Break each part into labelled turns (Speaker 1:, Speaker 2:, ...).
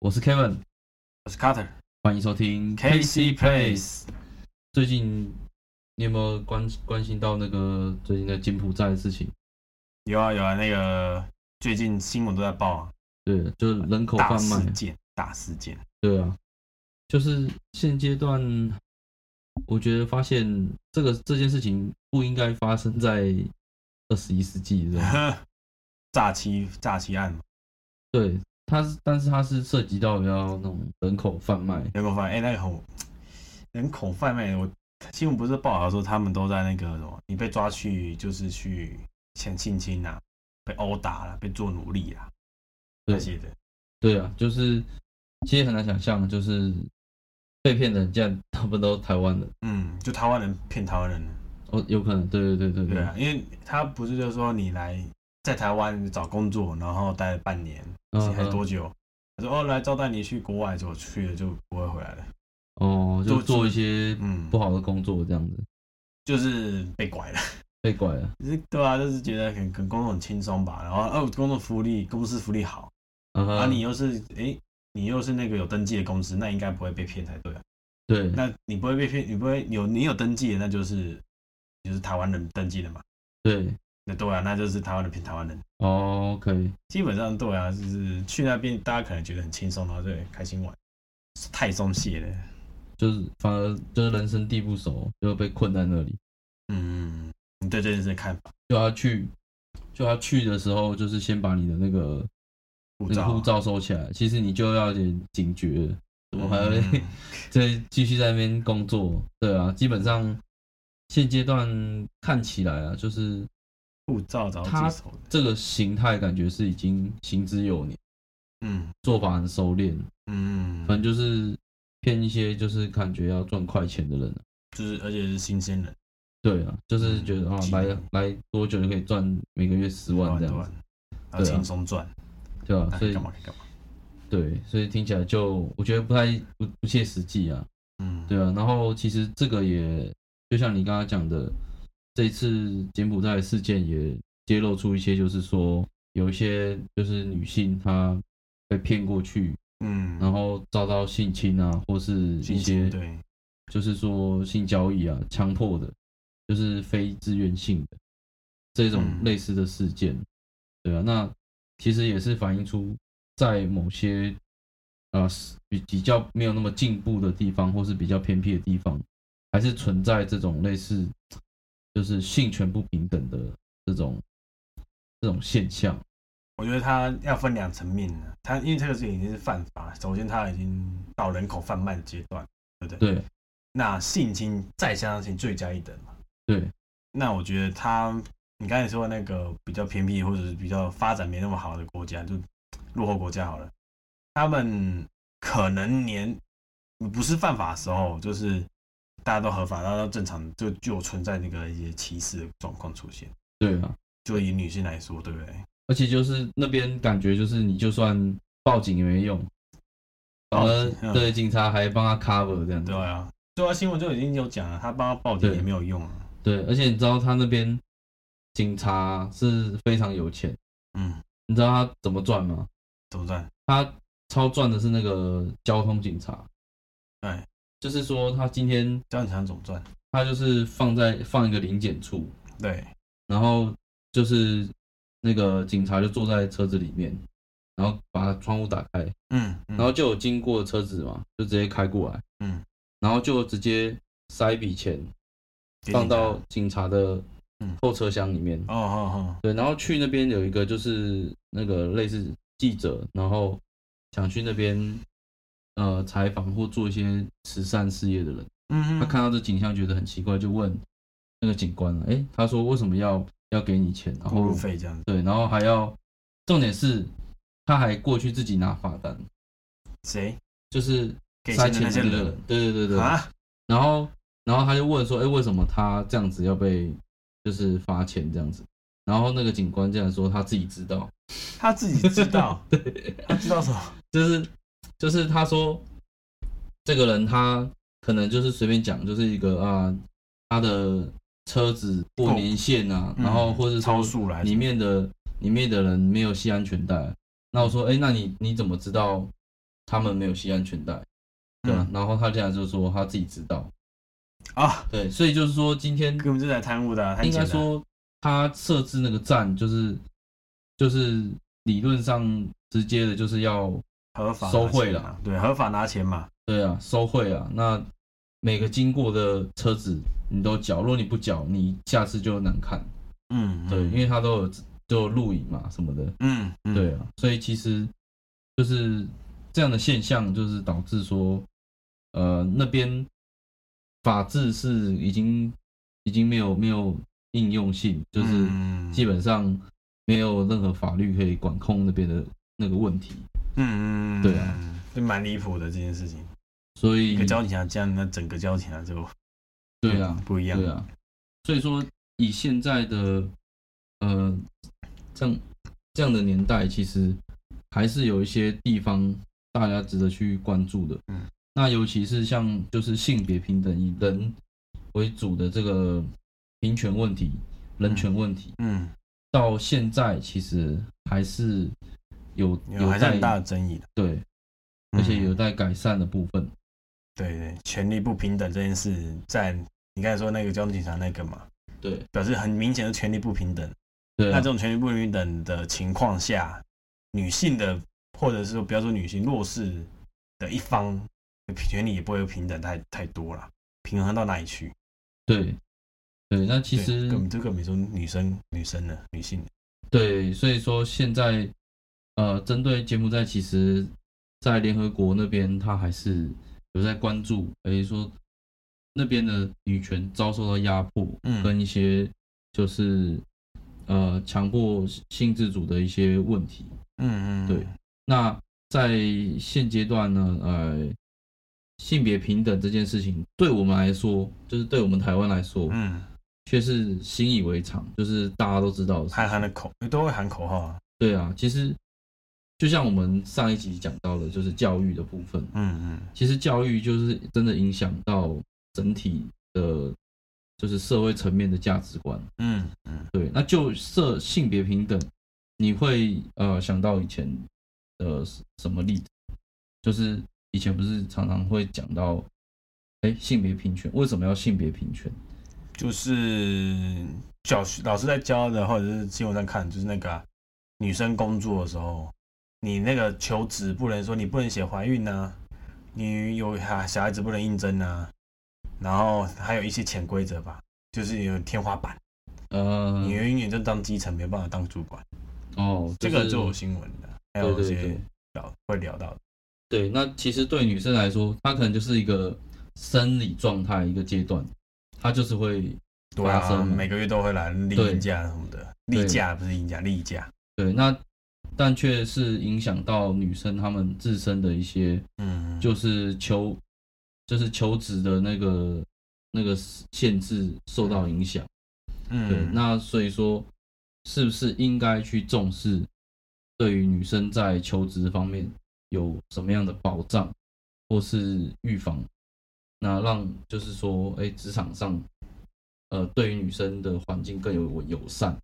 Speaker 1: 我是 Kevin，
Speaker 2: 我是 Carter。
Speaker 1: 欢迎收听
Speaker 2: KC Place
Speaker 1: 最近你有没有关关心到那个最近在柬埔寨的事情？
Speaker 2: 有啊有啊，那个最近新闻都在报啊，
Speaker 1: 对，就是人口
Speaker 2: 大
Speaker 1: 贩
Speaker 2: 事
Speaker 1: 卖。
Speaker 2: 件，大事件。
Speaker 1: 对啊，就是现阶段，我觉得发现这个这件事情不应该发生在二十一世纪，这
Speaker 2: 诈欺诈欺案嘛，
Speaker 1: 对，它是，但是它是涉及到比较那种人口贩卖，
Speaker 2: 人口贩哎、那个很人口贩卖，我新闻不是报道说他们都在那个什么，你被抓去就是去前性侵啊，被殴打了、被做奴隶啊
Speaker 1: 对
Speaker 2: 那些的，
Speaker 1: 对啊，就是其实很难想象，就是被骗的人竟然他们都台湾人，
Speaker 2: 嗯，就台湾人骗台湾人，
Speaker 1: 哦，有可能，对对对对
Speaker 2: 对啊，因为他不是就是说你来在台湾找工作，然后待了半年，
Speaker 1: 嗯
Speaker 2: 还
Speaker 1: 哼
Speaker 2: 多久？他说哦，来招待你去国外，结果去了就不会回来了。
Speaker 1: 哦，就
Speaker 2: 做
Speaker 1: 做一些
Speaker 2: 嗯
Speaker 1: 不，好的工作这样子，
Speaker 2: 就是被拐了，
Speaker 1: 被拐了，
Speaker 2: 就是对啊，就是觉得可能可能工作很轻松吧，然后哦，工作福利公司福利好，
Speaker 1: 嗯哼
Speaker 2: 然后啊你又是诶，你又是那个有登记的公司，那应该不会被骗才对啊。
Speaker 1: 对
Speaker 2: 那你不会被骗，你不会有你有登记的，那就是你就是台湾人登记的嘛。
Speaker 1: 对
Speaker 2: 那对啊，那就是台湾人骗台湾人，
Speaker 1: 哦，OK，
Speaker 2: 基本上对啊，就是去那边大家可能觉得很轻松，然后就开心玩，太松懈了。
Speaker 1: 就是反而就是人生地不熟，就被困在那里，
Speaker 2: 嗯，你对这件事的看法？
Speaker 1: 就要去，就要去的时候，就是先把你的那个那
Speaker 2: 护
Speaker 1: 个
Speaker 2: 照啊，
Speaker 1: 护照收起来，其实你就要有点警觉了，怎么还会、
Speaker 2: 嗯
Speaker 1: 再继续在那边工作？对啊，基本上现阶段看起来啊，就是
Speaker 2: 护照找
Speaker 1: 他
Speaker 2: 到棘手的？
Speaker 1: 这个形态感觉是已经行之有年，
Speaker 2: 嗯
Speaker 1: 做法很收敛，
Speaker 2: 嗯，
Speaker 1: 反正就是骗一些就是感觉要赚快钱的人啊、
Speaker 2: 就是而且是新鲜人，
Speaker 1: 对啊，就是觉得啊
Speaker 2: 嗯，
Speaker 1: 来来多久就可以赚每个月十万这
Speaker 2: 对
Speaker 1: 样
Speaker 2: 吧
Speaker 1: 子，？
Speaker 2: 然后
Speaker 1: 对啊
Speaker 2: 轻松赚，
Speaker 1: 对吧、
Speaker 2: 那可
Speaker 1: 所
Speaker 2: 以
Speaker 1: 以
Speaker 2: 哎干嘛可以干嘛？
Speaker 1: 对，所以听起来就我觉得不太不不切实际啊。
Speaker 2: 嗯，
Speaker 1: 对啊，然后其实这个也就像你刚刚讲的，这一次柬埔寨的事件也揭露出一些，就是说有一些就是女性她被骗过去，
Speaker 2: 嗯，
Speaker 1: 然后遭到性侵啊，或是一
Speaker 2: 新
Speaker 1: 些
Speaker 2: 鲜对，
Speaker 1: 就是说性交易啊、强迫的，就是非自愿性的这种
Speaker 2: 嗯
Speaker 1: 类似的事件，对啊，那其实也是反映出在某些啊比比较没有那么进步的地方，或是比较偏僻的地方，还是存在这种类似就是性权不平等的这种这种现象。
Speaker 2: 我觉得他要分两层面的，他因为这个事情已经是犯法，首先他已经到人口贩卖的阶段，
Speaker 1: 对
Speaker 2: 那性侵再相信罪加一等嘛。
Speaker 1: 对
Speaker 2: 那我觉得他，你刚才说那个比较偏僻或者是比较发展没那么好的国家，就落后国家好了，他们可能连不是犯法的时候，就是大家都合法，大家都正常，就就有存在那个一些歧视的状况出现。
Speaker 1: 对啊，
Speaker 2: 就以女性来说，对不对？
Speaker 1: 而且就是那边感觉就是你就算报警也没用，反
Speaker 2: 报
Speaker 1: 而
Speaker 2: 警嗯
Speaker 1: 对警察还帮他 cover 这样子
Speaker 2: 对。啊，对啊，新闻就已经有讲了，他帮他报警
Speaker 1: 对
Speaker 2: 也没有用啊。
Speaker 1: 对，而且你知道他那边警察是非常有钱，
Speaker 2: 嗯，
Speaker 1: 你知道他怎么赚吗？
Speaker 2: 怎么办？
Speaker 1: 他超赚的是那个交通警察，
Speaker 2: 哎，
Speaker 1: 就是说他今天
Speaker 2: 交警强总赚，
Speaker 1: 他就是放在放一个临检处，
Speaker 2: 对，
Speaker 1: 然后就是那个警察就坐在车子里面，然后把窗户打开，
Speaker 2: 嗯，
Speaker 1: 然
Speaker 2: 然
Speaker 1: 后就有经过的车子嘛，就直接开过来，
Speaker 2: 嗯，
Speaker 1: 然后就直接塞一笔钱放到警察的
Speaker 2: 嗯
Speaker 1: 后车厢里面，
Speaker 2: 哦哦
Speaker 1: 对，然后去那边有一个就是那个类似记者，然后想去那边呃采访或做一些慈善事业的人，
Speaker 2: 哦，嗯
Speaker 1: 他
Speaker 2: 嗯，
Speaker 1: 看到这景象觉得很奇怪，就问那个警官了，诶，他说为什么要要给你钱，然
Speaker 2: 过路
Speaker 1: 后
Speaker 2: 费这样子，
Speaker 1: 对，然后还要重点是他还过去自己拿罚单，
Speaker 2: 谁
Speaker 1: 就是
Speaker 2: 给
Speaker 1: 塞
Speaker 2: 钱的
Speaker 1: 钱的那
Speaker 2: 那些
Speaker 1: 个人
Speaker 2: 人，
Speaker 1: 对对对对，
Speaker 2: 啊？
Speaker 1: 然后然后他就问说，哎，为什么他这样子要被就是罚钱这样子？然后那个警官竟然说他自己知道。
Speaker 2: 他自己知 道，他知道什么？
Speaker 1: 就是就是他说这个人他可能就是随便讲，就是一个啊他的车子过年限啊，
Speaker 2: 嗯
Speaker 1: 然后或者
Speaker 2: 超
Speaker 1: 说
Speaker 2: 速来
Speaker 1: 里面的里面的人没有系安全带。那我说，哎、那你你怎么知道他们没有系安全带，对
Speaker 2: 嗯
Speaker 1: 吧？然后他现在就说他自己知道，
Speaker 2: 啊，
Speaker 1: 对，所以就是说今天
Speaker 2: 根本就在贪污的啊，贪
Speaker 1: 应
Speaker 2: 钱
Speaker 1: 该
Speaker 2: 的啊
Speaker 1: 说他设置那个站就是就是理论上直接的就是要
Speaker 2: 合法拿
Speaker 1: 收贿
Speaker 2: 钱
Speaker 1: 了
Speaker 2: 嘛，对，合法拿钱嘛，
Speaker 1: 对啊收贿啊，那每个经过的车子你都缴，如果你不缴，你下次就难看，
Speaker 2: 嗯，
Speaker 1: 对，
Speaker 2: 嗯
Speaker 1: 因为他都有都有录影嘛什么的，
Speaker 2: 嗯，嗯
Speaker 1: 对，啊，所以其实就是这样的现象，就是导致说，呃，那边法治是已经已经没有没有应用性，就是
Speaker 2: 嗯
Speaker 1: 基本上没有任何法律可以管控那边的那个问题，
Speaker 2: 嗯嗯，嗯
Speaker 1: 对啊，
Speaker 2: 嗯这蛮离谱的这件事情。
Speaker 1: 所
Speaker 2: 一
Speaker 1: 以
Speaker 2: 个交警啊，这样那整个交警啊就
Speaker 1: 对啊，
Speaker 2: 不一样，
Speaker 1: 对啊，所以说以现在的呃这样这样的年代，其实还是有一些地方大家值得去关注的。
Speaker 2: 嗯，
Speaker 1: 那尤其是像就是性别平等以人为主的这个平权问题、人权问题，
Speaker 2: 嗯，
Speaker 1: 到现在其实还是有
Speaker 2: 有还是
Speaker 1: 在
Speaker 2: 很大的争议的，
Speaker 1: 对，而且
Speaker 2: 嗯
Speaker 1: 有待改善的部分。
Speaker 2: 对对，权力不平等这件事，在你刚才说那个交通警察那个嘛，
Speaker 1: 对
Speaker 2: 表示很明显的权力不平等。
Speaker 1: 对
Speaker 2: 那
Speaker 1: 啊
Speaker 2: 这，种权力不平等的情况下，女性的或者是说不要说女性弱势的一方的权利也不会平等太太多了，平衡到哪里去？
Speaker 1: 对对，那其
Speaker 2: 对
Speaker 1: 实
Speaker 2: 根本这个没说女生女生呢，女性的
Speaker 1: 对，所以说现在，呃，针对柬埔寨，其实，在联合国那边，他还是有在关注，而且说那边的女权遭受到压迫，
Speaker 2: 嗯
Speaker 1: 跟一些就是呃强迫性自主的一些问题。
Speaker 2: 嗯嗯，
Speaker 1: 对那在现阶段呢，呃，性别平等这件事情，对我们来说，就是对我们台湾来说，
Speaker 2: 嗯，
Speaker 1: 却是习以为常，就是大家都知道的事
Speaker 2: 还喊的口都会喊口号啊，
Speaker 1: 对啊，其实就像我们上一集讲到的，就是教育的部分。
Speaker 2: 嗯
Speaker 1: 其实教育就是真的影响到整体的，就是社会层面的价值观。
Speaker 2: 嗯嗯嗯
Speaker 1: 对，那就社性别平等，你会呃想到以前的什么例子？就是以前不是常常会讲到，哎，性别平权为什么要性别平权？
Speaker 2: 就是教学老师在教的，或者是新闻上看，就是那个啊、女生工作的时候，你那个求职不能说你不能写怀孕呐、你有孩小孩子不能应征呐、啊然后还有一些潜规则吧，就是有天花板，
Speaker 1: 呃
Speaker 2: 你，永远就当基层，没办法当主管，
Speaker 1: 哦，
Speaker 2: 这个
Speaker 1: 是
Speaker 2: 就有新闻的，还
Speaker 1: 对
Speaker 2: 有一
Speaker 1: 对对
Speaker 2: 些。聊会聊到的，
Speaker 1: 对，那其实对女生来说，她可能就是一个生理状态一个阶段，她就是会
Speaker 2: 对
Speaker 1: 发生
Speaker 2: 啊，
Speaker 1: 嘛
Speaker 2: 每个月都会来例
Speaker 1: 对
Speaker 2: 例假什么的，
Speaker 1: 对
Speaker 2: 例假不是例假，例假，
Speaker 1: 对，那但却是影响到女生她们自身的一些
Speaker 2: 嗯，
Speaker 1: 就是求就是求职的那个那个限制受到影响。对，
Speaker 2: 嗯，
Speaker 1: 那所以说是不是应该去重视对于女生在求职方面有什么样的保障或是预防？那让就是说，哎，职场上，呃，对于女生的环境更有友善。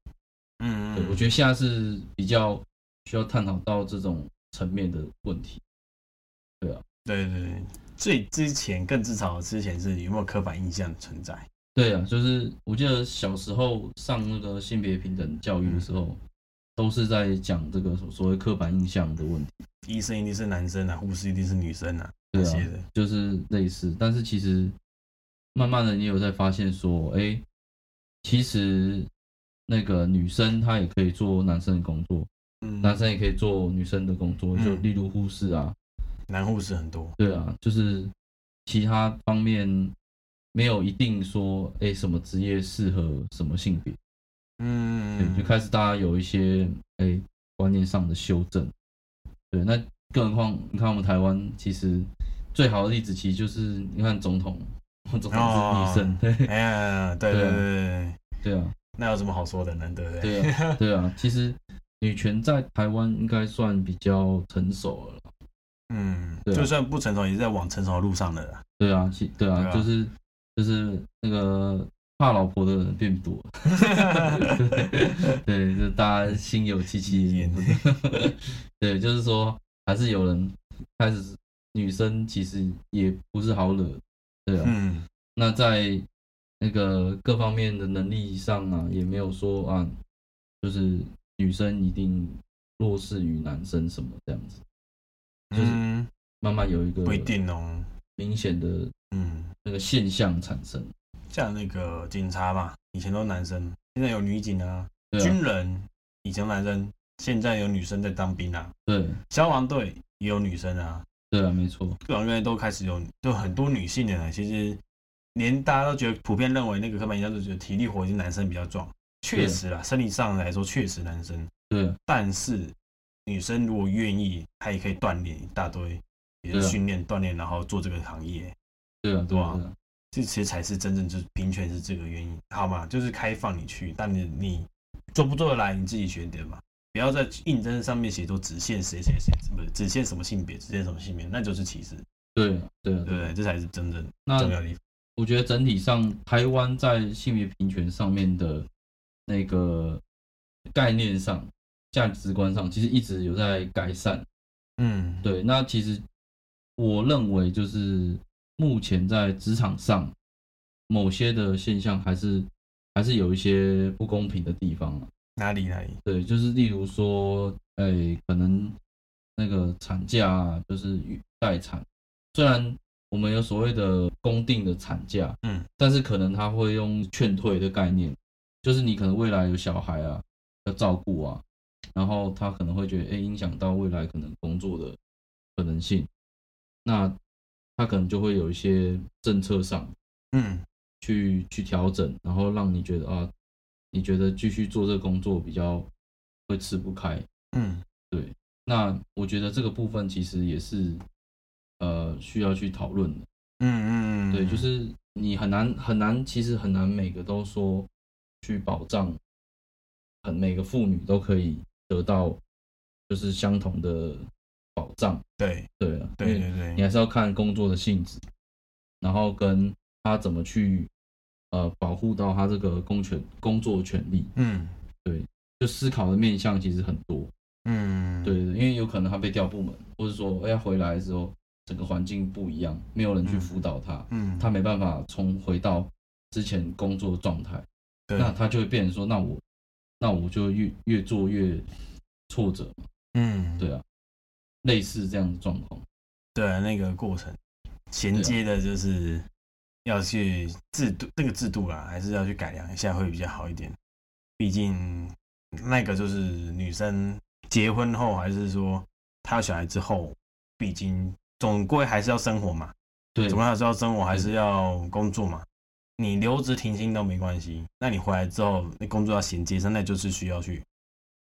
Speaker 2: 嗯，
Speaker 1: 对，我觉得现在是比较需要探讨到这种层面的问题。
Speaker 2: 对对对，最之前更至少之前是有没有刻板印象存在？
Speaker 1: 对啊，就是我记得小时候上那个性别平等教育的时候，
Speaker 2: 嗯
Speaker 1: 都是在讲这个所所谓刻板印象的问题。
Speaker 2: 医生一定是男生啊，护士一定是女生啊，
Speaker 1: 对
Speaker 2: 那
Speaker 1: 啊
Speaker 2: 些的。
Speaker 1: 就是类似，但是其实慢慢的你有在发现说，哎、其实那个女生她也可以做男生的工作，
Speaker 2: 嗯，
Speaker 1: 男生也可以做女生的工作，
Speaker 2: 嗯
Speaker 1: 就例如护士啊，
Speaker 2: 男护士很多，
Speaker 1: 对啊，就是其他方面没有一定说，哎、什么职业适合什么性别，对，
Speaker 2: 嗯
Speaker 1: 就，开始大家有一些哎、观念上的修正，对，那更何况你看我们台湾其实最好的例子其实就是你看总统， 总统
Speaker 2: 哦
Speaker 1: 是女生，对
Speaker 2: 哎呀，对对
Speaker 1: 对啊
Speaker 2: 对对，
Speaker 1: 对啊，
Speaker 2: 那有什么好说的呢？对不对？
Speaker 1: 对 啊，对啊，其实女权在台湾应该算比较成熟了啦，
Speaker 2: 嗯，
Speaker 1: 对啊
Speaker 2: 就算不成熟，也是在往成熟的路上的 啦。
Speaker 1: 对啊，其对啊，
Speaker 2: 对啊
Speaker 1: 就是就是那个怕老婆的人变多 了，啊
Speaker 2: 啊
Speaker 1: 对，就大家心有戚戚
Speaker 2: 一
Speaker 1: 焉
Speaker 2: 言，
Speaker 1: 对，就是说还是有人开始女生其实也不是好惹，对啊，
Speaker 2: 嗯，
Speaker 1: 那在那个各方面的能力上啊，也没有说啊，就是女生一定弱势于男生什么这样子，就是
Speaker 2: 嗯，
Speaker 1: 慢慢有一个
Speaker 2: 不一定哦，
Speaker 1: 明显的
Speaker 2: 嗯，
Speaker 1: 那个现象产生。
Speaker 2: 像那个警察嘛，以前都是男生，现在有女警啊，
Speaker 1: 对啊，
Speaker 2: 军人以前男生，现在有女生在当兵啊，
Speaker 1: 对
Speaker 2: 消防队也有女生啊，
Speaker 1: 对啊，没错，
Speaker 2: 各行各业都开始有，就很多女性的呢。其实连大家都觉得普遍认为那个刻板印象都觉得体力活是男生比较壮，确实啦，生理上来说确实男生，
Speaker 1: 对啊
Speaker 2: 但是女生如果愿意，她也可以锻炼一大堆，也是
Speaker 1: 对啊
Speaker 2: 训练锻炼，然后做这个行业，
Speaker 1: 对啊，对啊，
Speaker 2: 哇
Speaker 1: 对啊
Speaker 2: 这其实才是真正就是平权是这个原因，好嘛，就是开放你去，但你你做不做得来你自己选择嘛。不要在应征上面写说只限谁谁谁，不是只限什么性别，只限什么性别，那就是歧视，
Speaker 1: 对啊对啊
Speaker 2: 对不对？这才是真正
Speaker 1: 那
Speaker 2: 重要的地方。
Speaker 1: 我觉得整体上，台湾在性别平权上面的那个概念上、价值观上，其实一直有在改善。
Speaker 2: 嗯，
Speaker 1: 对，那其实我认为就是目前在职场上某些的现象还是还是有一些不公平的地方啊
Speaker 2: 哪里哪里？
Speaker 1: 对，就是例如说，哎、可能那个产假啊，就是待产，虽然我们有所谓的公定的产假，
Speaker 2: 嗯，
Speaker 1: 但是可能他会用劝退的概念，就是你可能未来有小孩啊，要照顾啊，然后他可能会觉得，哎、影响到未来可能工作的可能性，那他可能就会有一些政策上
Speaker 2: 嗯，
Speaker 1: 去去调整，然后让你觉得啊，你觉得继续做这个工作比较会吃不开。
Speaker 2: 嗯，
Speaker 1: 那我觉得这个部分其实也是呃需要去讨论的。
Speaker 2: 嗯嗯嗯，
Speaker 1: 对，就是你很难很难，其实很难每个都说去保障，很每个妇女都可以得到就是相同的保障。
Speaker 2: 对
Speaker 1: 对啊，因
Speaker 2: 对
Speaker 1: 为
Speaker 2: 对
Speaker 1: 你
Speaker 2: 对，
Speaker 1: 还是要看工作的性质，然后跟他怎么去呃保护到他这个工权工作权利，
Speaker 2: 嗯
Speaker 1: 就思考的面向其实很多。
Speaker 2: 嗯，
Speaker 1: 对，对对因为有可能他被调部门，或者说哎呀回来的时候整个环境不一样，没有人去辅导他，
Speaker 2: 嗯，
Speaker 1: 他没办法重回到之前工作状态，
Speaker 2: 对，
Speaker 1: 那他就会变成说，那我那我就越越做越挫折，
Speaker 2: 嗯
Speaker 1: 对啊，类似这样的状况，
Speaker 2: 对那个过程
Speaker 1: 啊
Speaker 2: 衔接的就是要去制度这个制度啦，还是要去改良一下会比较好一点。毕竟那个就是女生结婚后，还是说她有小孩之后，毕竟总归还是要生活嘛，
Speaker 1: 对
Speaker 2: 怎么还是要生活，还是要工作嘛？你留职停薪都没关系，那你回来之后，那工作要衔接上，那就是需要去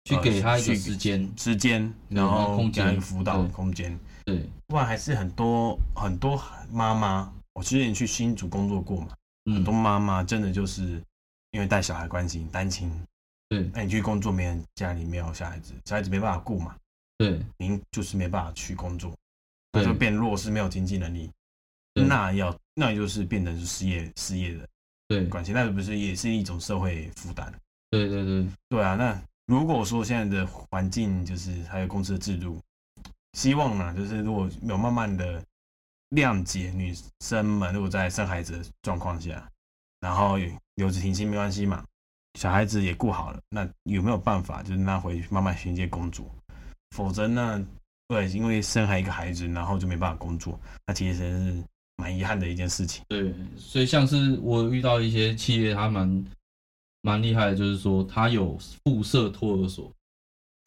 Speaker 1: 去给他一
Speaker 2: 呃
Speaker 1: 个
Speaker 2: 去
Speaker 1: 时间，
Speaker 2: 时间，
Speaker 1: 对
Speaker 2: 然后
Speaker 1: 那空间
Speaker 2: 给他一个辅导
Speaker 1: 对
Speaker 2: 空间。
Speaker 1: 对。
Speaker 2: 不然还是很多很多妈妈，我之前去新竹工作过嘛，
Speaker 1: 嗯
Speaker 2: 很多妈妈真的就是因为带小孩关系单亲，
Speaker 1: 对
Speaker 2: 那你去工作，没人家里没有小孩子，小孩子没办法顾嘛，
Speaker 1: 对
Speaker 2: 您就是没办法去工作，那
Speaker 1: 对
Speaker 2: 就变弱势，没有经济能力，
Speaker 1: 对
Speaker 2: 那要那就是变成是失业失业的
Speaker 1: 对
Speaker 2: 关系，那不是也是一种社会负担？
Speaker 1: 对对对
Speaker 2: 对啊，那如果说现在的环境就是还有公司的制度，希望呢，就是如果有慢慢的谅解女生们，如果在生孩子的状况下，然后有留职停薪没关系嘛，小孩子也顾好了，那有没有办法就是让她回去慢慢衔接工作？否则呢，对，因为生还一个孩子，然后就没办法工作，那其实是蛮遗憾的一件事情。
Speaker 1: 对，所以像是我遇到一些企业，他蛮蛮厉害的，就是说他有附设托儿所，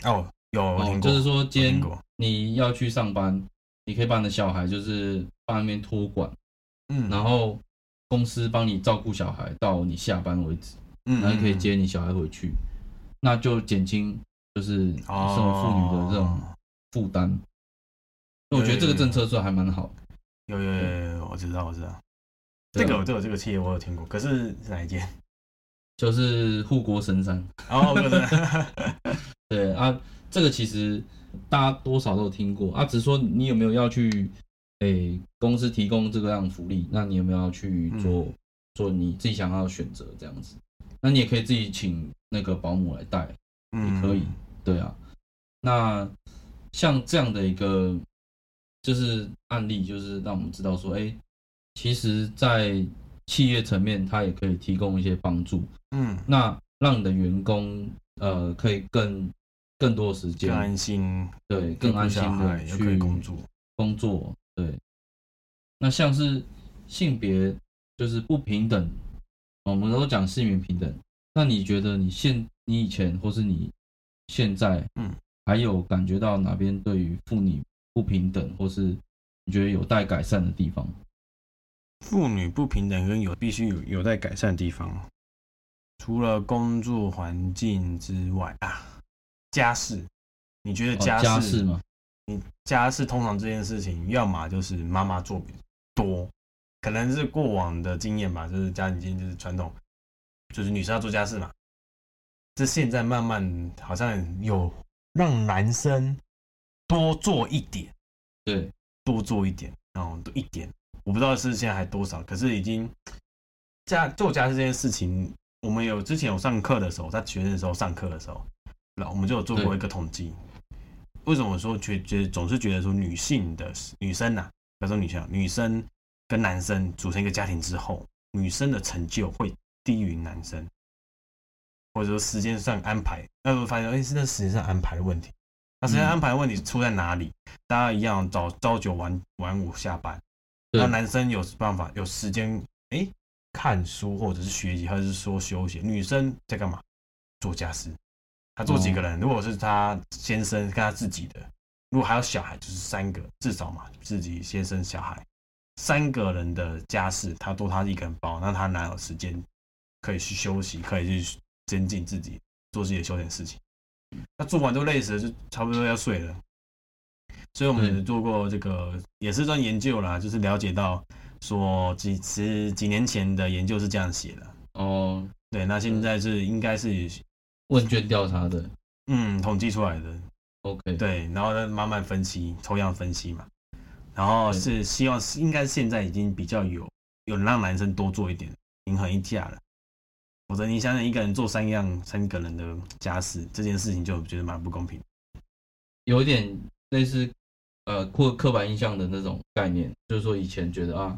Speaker 2: 哦，有我
Speaker 1: 哦
Speaker 2: 听，过，
Speaker 1: 就是说今
Speaker 2: 我
Speaker 1: 天
Speaker 2: 听过，
Speaker 1: 你要去上班，你可以把你的小孩就是放在那边托管，
Speaker 2: 嗯，
Speaker 1: 然后公司帮你照顾小孩到你下班为止，
Speaker 2: 嗯，
Speaker 1: 然后可以
Speaker 2: 嗯
Speaker 1: 接你小孩回去，那就减轻就是身为妇女的这种
Speaker 2: 嗯哦
Speaker 1: 负担。我觉得这个
Speaker 2: 对
Speaker 1: 政策算还蛮好的，
Speaker 2: 有有有有有，我知道我知道，
Speaker 1: 对
Speaker 2: 这
Speaker 1: 啊
Speaker 2: 个我这个这个企业我有听过，可是是哪一 间？
Speaker 1: 就是护国神山。
Speaker 2: 哦，不 是，
Speaker 1: 对啊，这个其实大家多少都有听过啊，只是说你有没有要去，诶、公司提供这个样的福利，那你有没有要去
Speaker 2: 嗯
Speaker 1: 做、做你自己想要的选择这样子？那你也可以自己请那个保姆来带，
Speaker 2: 嗯
Speaker 1: 可以对啊。那像这样的一个就是案例，就是让我们知道说，哎、其实，在企业层面，它也可以提供一些帮助，
Speaker 2: 嗯，
Speaker 1: 那让你的员工呃可以更更多的时
Speaker 2: 更
Speaker 1: 间，
Speaker 2: 安心，
Speaker 1: 对，更安心的
Speaker 2: 又可以
Speaker 1: 去
Speaker 2: 工作，
Speaker 1: 工作，对。那像是性别就是不平等，哦我们都讲性别平等。那你觉得你现你以前或是你现在，
Speaker 2: 嗯，
Speaker 1: 还有感觉到哪边对于妇女不平等，或是你觉得有待改善的地方？
Speaker 2: 妇女不平等跟有必须有有待改善的地方，除了工作环境之外啊，家事，你觉得
Speaker 1: 哦
Speaker 2: 家事？
Speaker 1: 家事吗？
Speaker 2: 家事通常这件事情，要么就是妈妈做比多，可能是过往的经验吧，就是家庭经验就是传统，就是女生要做家事嘛。这现在慢慢好像有让男生多做一点。
Speaker 1: 对，
Speaker 2: 多做一点，然后多一点，我不知道是现在还多少，可是已经家做家事这件事情，我们有之前有上课的时候，在学生的时候上课的时候，那我们就有做过
Speaker 1: 对
Speaker 2: 一个统计。为什么我说觉觉总是觉得说女性的女生呐、不要说女性啊，女生跟男生组成一个家庭之后，女生的成就会低于男生，或者说时间上安排，那时候发现，哎、是那时间上安排的问题。那时间安排的问题出在哪里？大家一样早朝九晚晚五下班，
Speaker 1: 对
Speaker 2: 那男生有办法有时间哎、诶看书或者是学习，或者是说休息。女生在干嘛？做家事。他做几个人？如果是他先生跟他自己的，如果还有小孩，就是三个至少嘛，自己先生小孩三个人的家事，他都他一个人包，那他哪有时间可以去休息，可以去增进自己，做自己的休闲事情？他做完都累死了，就差不多要睡了。所以我们
Speaker 1: 对
Speaker 2: 也做过这个，也是算研究啦，就是了解到说几十几年前的研究是这样写的，
Speaker 1: 哦，
Speaker 2: 对，那现在是应该是
Speaker 1: 问卷调查的
Speaker 2: 嗯统计出来的，
Speaker 1: ，OK，
Speaker 2: 对，然后再慢慢分析，抽样分析嘛。然后
Speaker 1: 对
Speaker 2: 是希望是应该现在已经比较有有让男生多做一点，平衡一下了。否则你想想，一个人做三样三个人的家事，这件事情就觉得蛮不公平。
Speaker 1: 有一点类似呃刻刻板印象的那种概念，就是说以前觉得啊，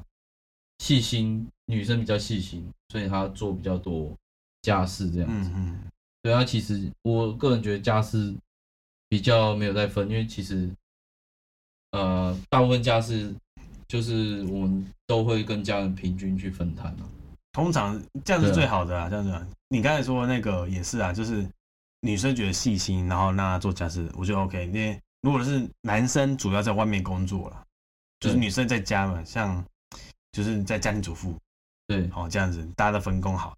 Speaker 1: 细心女生比较细心，所以她做比较多家事这样子。
Speaker 2: 嗯嗯，
Speaker 1: 对啊，其实我个人觉得家事比较没有在分，因为其实呃大部分家事就是我们都会跟家人平均去分摊啊。
Speaker 2: 通常这样是
Speaker 1: 对啊
Speaker 2: 最好的啊，这样子啊。你刚才说那个也是啊，就是女生觉得细心，然后让她做家事，我觉得 OK。因为如果是男生主要在外面工作了，就是
Speaker 1: 对
Speaker 2: 女生在家嘛，像就是在家庭主妇，
Speaker 1: 对
Speaker 2: 好、这样子大家的分工好。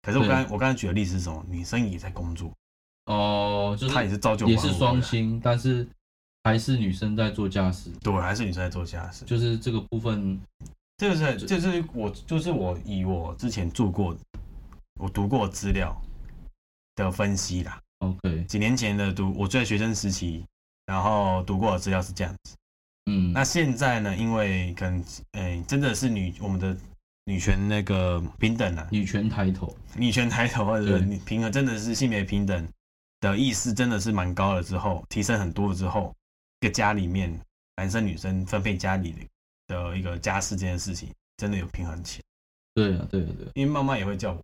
Speaker 2: 可是我
Speaker 1: 对
Speaker 2: 刚才我刚才举的例子是什么？女生也在工作，
Speaker 1: 哦、就是
Speaker 2: 她也是朝九晚
Speaker 1: 也
Speaker 2: 五的，
Speaker 1: 是双薪，但是还是女生在做家事，
Speaker 2: 对，还是女生在做家事。
Speaker 1: 就是这个部分
Speaker 2: 这个是这是我就是我以我之前做过我读过资料的分析啦，
Speaker 1: OK。
Speaker 2: 几年前的读我在学生时期，然后读过的资料是这样子。
Speaker 1: 嗯，
Speaker 2: 那现在呢，因为可能诶、真的是女我们的女权那个平等啊，
Speaker 1: 女权抬头，
Speaker 2: 女权抬头或者
Speaker 1: 对
Speaker 2: 你平衡，真的是性别平等的意识真的是蛮高了之后，提升很多了之后，一个家里面男生女生分配家里的的一个家事这件事情，真的有平衡起来。
Speaker 1: 对啊，对啊，对啊，
Speaker 2: 因为妈妈也会叫我，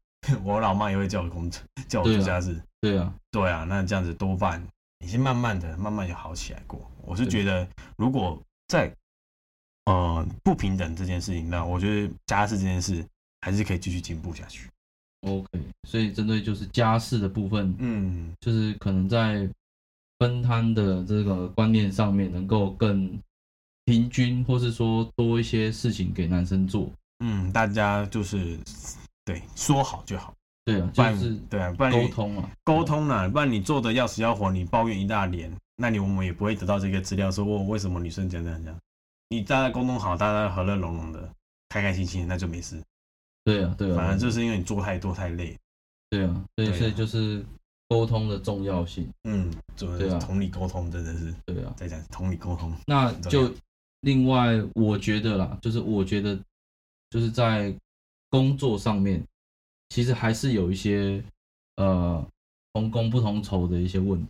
Speaker 2: 我老妈也会叫我工作，叫我做
Speaker 1: 对啊
Speaker 2: 家事。
Speaker 1: 对啊，
Speaker 2: 对啊，那这样子多半已经慢慢的、慢慢有好起来过。我是觉得，如果在呃不平等这件事情，那我觉得家事这件事还是可以继续进步下去。
Speaker 1: OK，所以针对就是家事的部分，
Speaker 2: 嗯，
Speaker 1: 就是可能在分摊的这个观念上面能够更平均，或是说多一些事情给男生做。
Speaker 2: 嗯，大家就是对说好就好，
Speaker 1: 对啊，
Speaker 2: 不
Speaker 1: 就
Speaker 2: 然、
Speaker 1: 是
Speaker 2: 对啊，不然
Speaker 1: 沟
Speaker 2: 你
Speaker 1: 通啊，
Speaker 2: 沟通啦，不然你做的要死要活，你抱怨一大连，那你我们也不会得到这个资料说，哦，为什么女生讲这样讲？你大家沟通好，大家和乐融融的，开开心心，那就没事。
Speaker 1: 对啊，对啊，
Speaker 2: 反正就是是因为你做太多太累，
Speaker 1: 对啊，对，
Speaker 2: 对啊
Speaker 1: 所以就是沟通的重要性。
Speaker 2: 嗯，做
Speaker 1: 对啊
Speaker 2: 同理沟通真的是
Speaker 1: 对啊，
Speaker 2: 在讲同理沟通，
Speaker 1: 那
Speaker 2: 很重要
Speaker 1: 就另外我觉得啦，就是我觉得就是在工作上面，其实还是有一些呃同工不同酬的一些问题。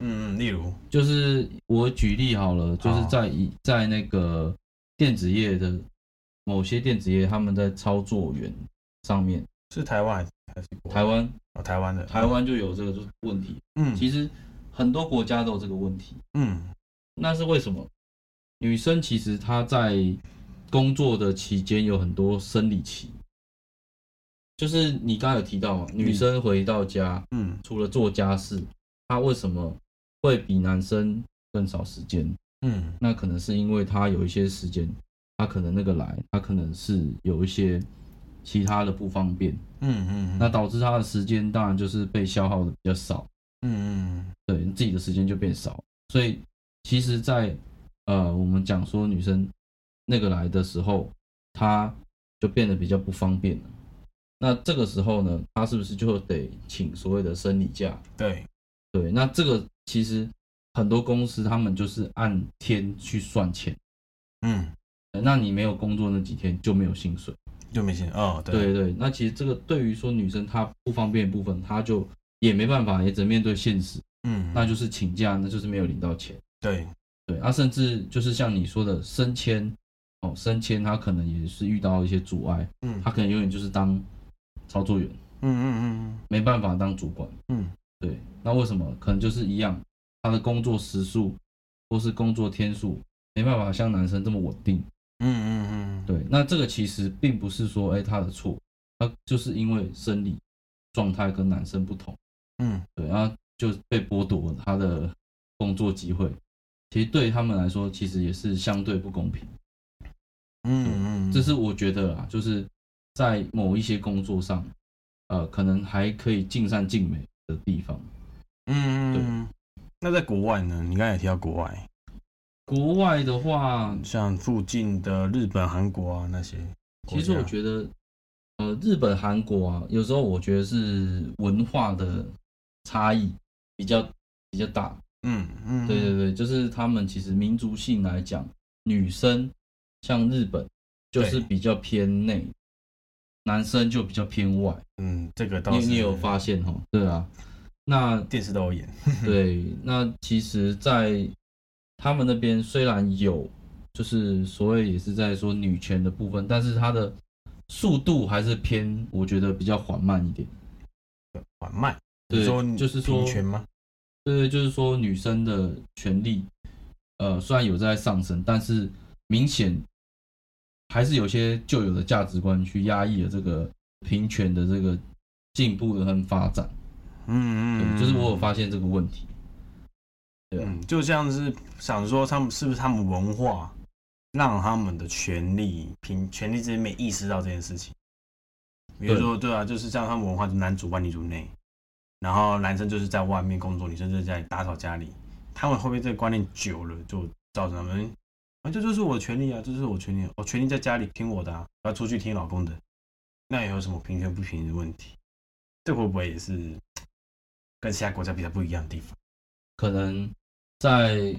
Speaker 2: 嗯嗯，例如，
Speaker 1: 就是我举例好了，就是
Speaker 2: 好
Speaker 1: 在以在那个电子业的某些电子业，他们在操作员上面，
Speaker 2: 是台湾还是还是国外
Speaker 1: 台湾
Speaker 2: 哦台湾的
Speaker 1: 台，湾就有这个问题。
Speaker 2: 嗯
Speaker 1: 其实很多国家都有这个问题，
Speaker 2: 嗯
Speaker 1: 那是为什么？女生其实她在工作的期间有很多生理期，就是你刚刚有提到嘛，女生回到家
Speaker 2: 嗯
Speaker 1: 除了做家事，她为什么会比男生更少时间？
Speaker 2: 嗯
Speaker 1: 那可能是因为他有一些时间，他可能那个来，他可能是有一些其他的不方便，
Speaker 2: 嗯嗯，
Speaker 1: 那导致他的时间当然就是被消耗的比较少，
Speaker 2: 嗯嗯
Speaker 1: 对你自己的时间就变少。所以其实在，呃我们讲说女生那个来的时候，她就变得比较不方便了。那这个时候呢，她是不是就得请所谓的生理假？
Speaker 2: 对，
Speaker 1: 对，那这个其实很多公司他们就是按天去算钱。
Speaker 2: 嗯
Speaker 1: 那你没有工作那几天就没有薪水。
Speaker 2: 就没钱哦，
Speaker 1: 对
Speaker 2: 对，
Speaker 1: 对，那其实这个对于说女生她不方便的部分，她就也没办法，也只能面对现实，
Speaker 2: 嗯
Speaker 1: 那就是请假，那就是没有领到钱。
Speaker 2: 对，
Speaker 1: 对，啊，甚至就是像你说的升迁，哦，升迁她可能也是遇到一些阻碍，
Speaker 2: 嗯
Speaker 1: 她可能永远就是当操作员，
Speaker 2: 嗯嗯
Speaker 1: 没办法当主管。
Speaker 2: 嗯嗯
Speaker 1: 对，那为什么？可能就是一样，她的工作时数或是工作天数没办法像男生这么稳定。
Speaker 2: 嗯嗯嗯，
Speaker 1: 对，那这个其实并不是说哎、他的错，他就是因为生理状态跟男生不同，
Speaker 2: 嗯
Speaker 1: 对，然后就被剥夺他的工作机会。其实对他们来说，其实也是相对不公平。
Speaker 2: 嗯嗯，
Speaker 1: 这是我觉得啊，就是在某一些工作上，呃，可能还可以尽善尽美的地方。
Speaker 2: 嗯嗯，那在国外呢？你刚才也提到国外，
Speaker 1: 国外的话，
Speaker 2: 像附近的日本、韩国啊那些，
Speaker 1: 其实我觉得，呃，日本、韩国啊，有时候我觉得是文化的差异比较比较大。
Speaker 2: 嗯嗯，
Speaker 1: 对对对，就是他们其实民族性来讲，女生像日本就是
Speaker 2: 对
Speaker 1: 比较偏内，男生就比较偏外。
Speaker 2: 嗯，这个
Speaker 1: 你
Speaker 2: 倒是
Speaker 1: 你有发现哈？对啊，那
Speaker 2: 电视都有演，
Speaker 1: 对，那其实，在他们那边虽然有，就是所谓也是在说女权的部分，但是它的速度还是偏，我觉得比较缓慢一点。
Speaker 2: 缓慢，
Speaker 1: 对
Speaker 2: 你说，
Speaker 1: 就是说
Speaker 2: 平，权吗？
Speaker 1: 对，就是说女生的权利，呃，虽然有在上升，但是呃明显还是有些旧有的价值观去压抑了这个平权的这个进步的跟发展。对
Speaker 2: 嗯嗯，
Speaker 1: 就是我有发现这个问题。对啊，
Speaker 2: 嗯，就像是想说他们是不是他们文化让他们的权利平权利之间没意识到这件事情。比如说，对啊，就是像他们文化，就男主外女主内，然后男生就是在外面工作，女生就是在打扫家里。他们会不会这个观念久了，就造成他们啊，这就是我的权利啊，这就是我的权利，我权利在家里听我的啊，不要出去听老公的。那也有什么平权不平的问题？这会不会也是跟其他国家比较不一样的地方？
Speaker 1: 可能在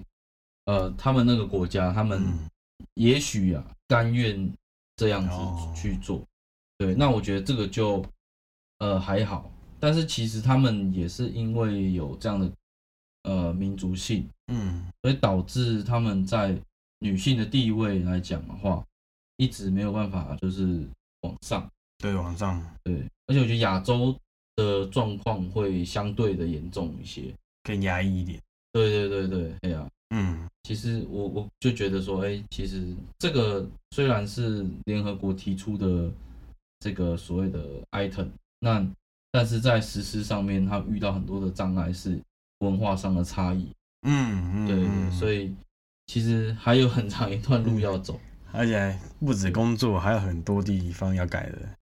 Speaker 1: 呃他们那个国家，他们
Speaker 2: 嗯
Speaker 1: 也许啊甘愿这样
Speaker 2: 哦
Speaker 1: 子去做。对，那我觉得这个就呃还好，但是其实他们也是因为有这样的呃民族性，
Speaker 2: 嗯。
Speaker 1: 所以导致他们在女性的地位来讲的话，一直没有办法就是往上。
Speaker 2: 对，往上
Speaker 1: 对，而且我觉得亚洲的状况会相对的严重一些。
Speaker 2: 更压抑一点。
Speaker 1: 对对对对，哎呀、
Speaker 2: 嗯
Speaker 1: 其实我我就觉得说，哎、其实这个虽然是联合国提出的这个所谓的 item，那但是在实施上面，它遇到很多的障碍是文化上的差异，
Speaker 2: 嗯嗯，
Speaker 1: 对对对，所
Speaker 2: 以
Speaker 1: 以其实还有很长一段路要走。
Speaker 2: 而且不止工作，还有很多地方要改的。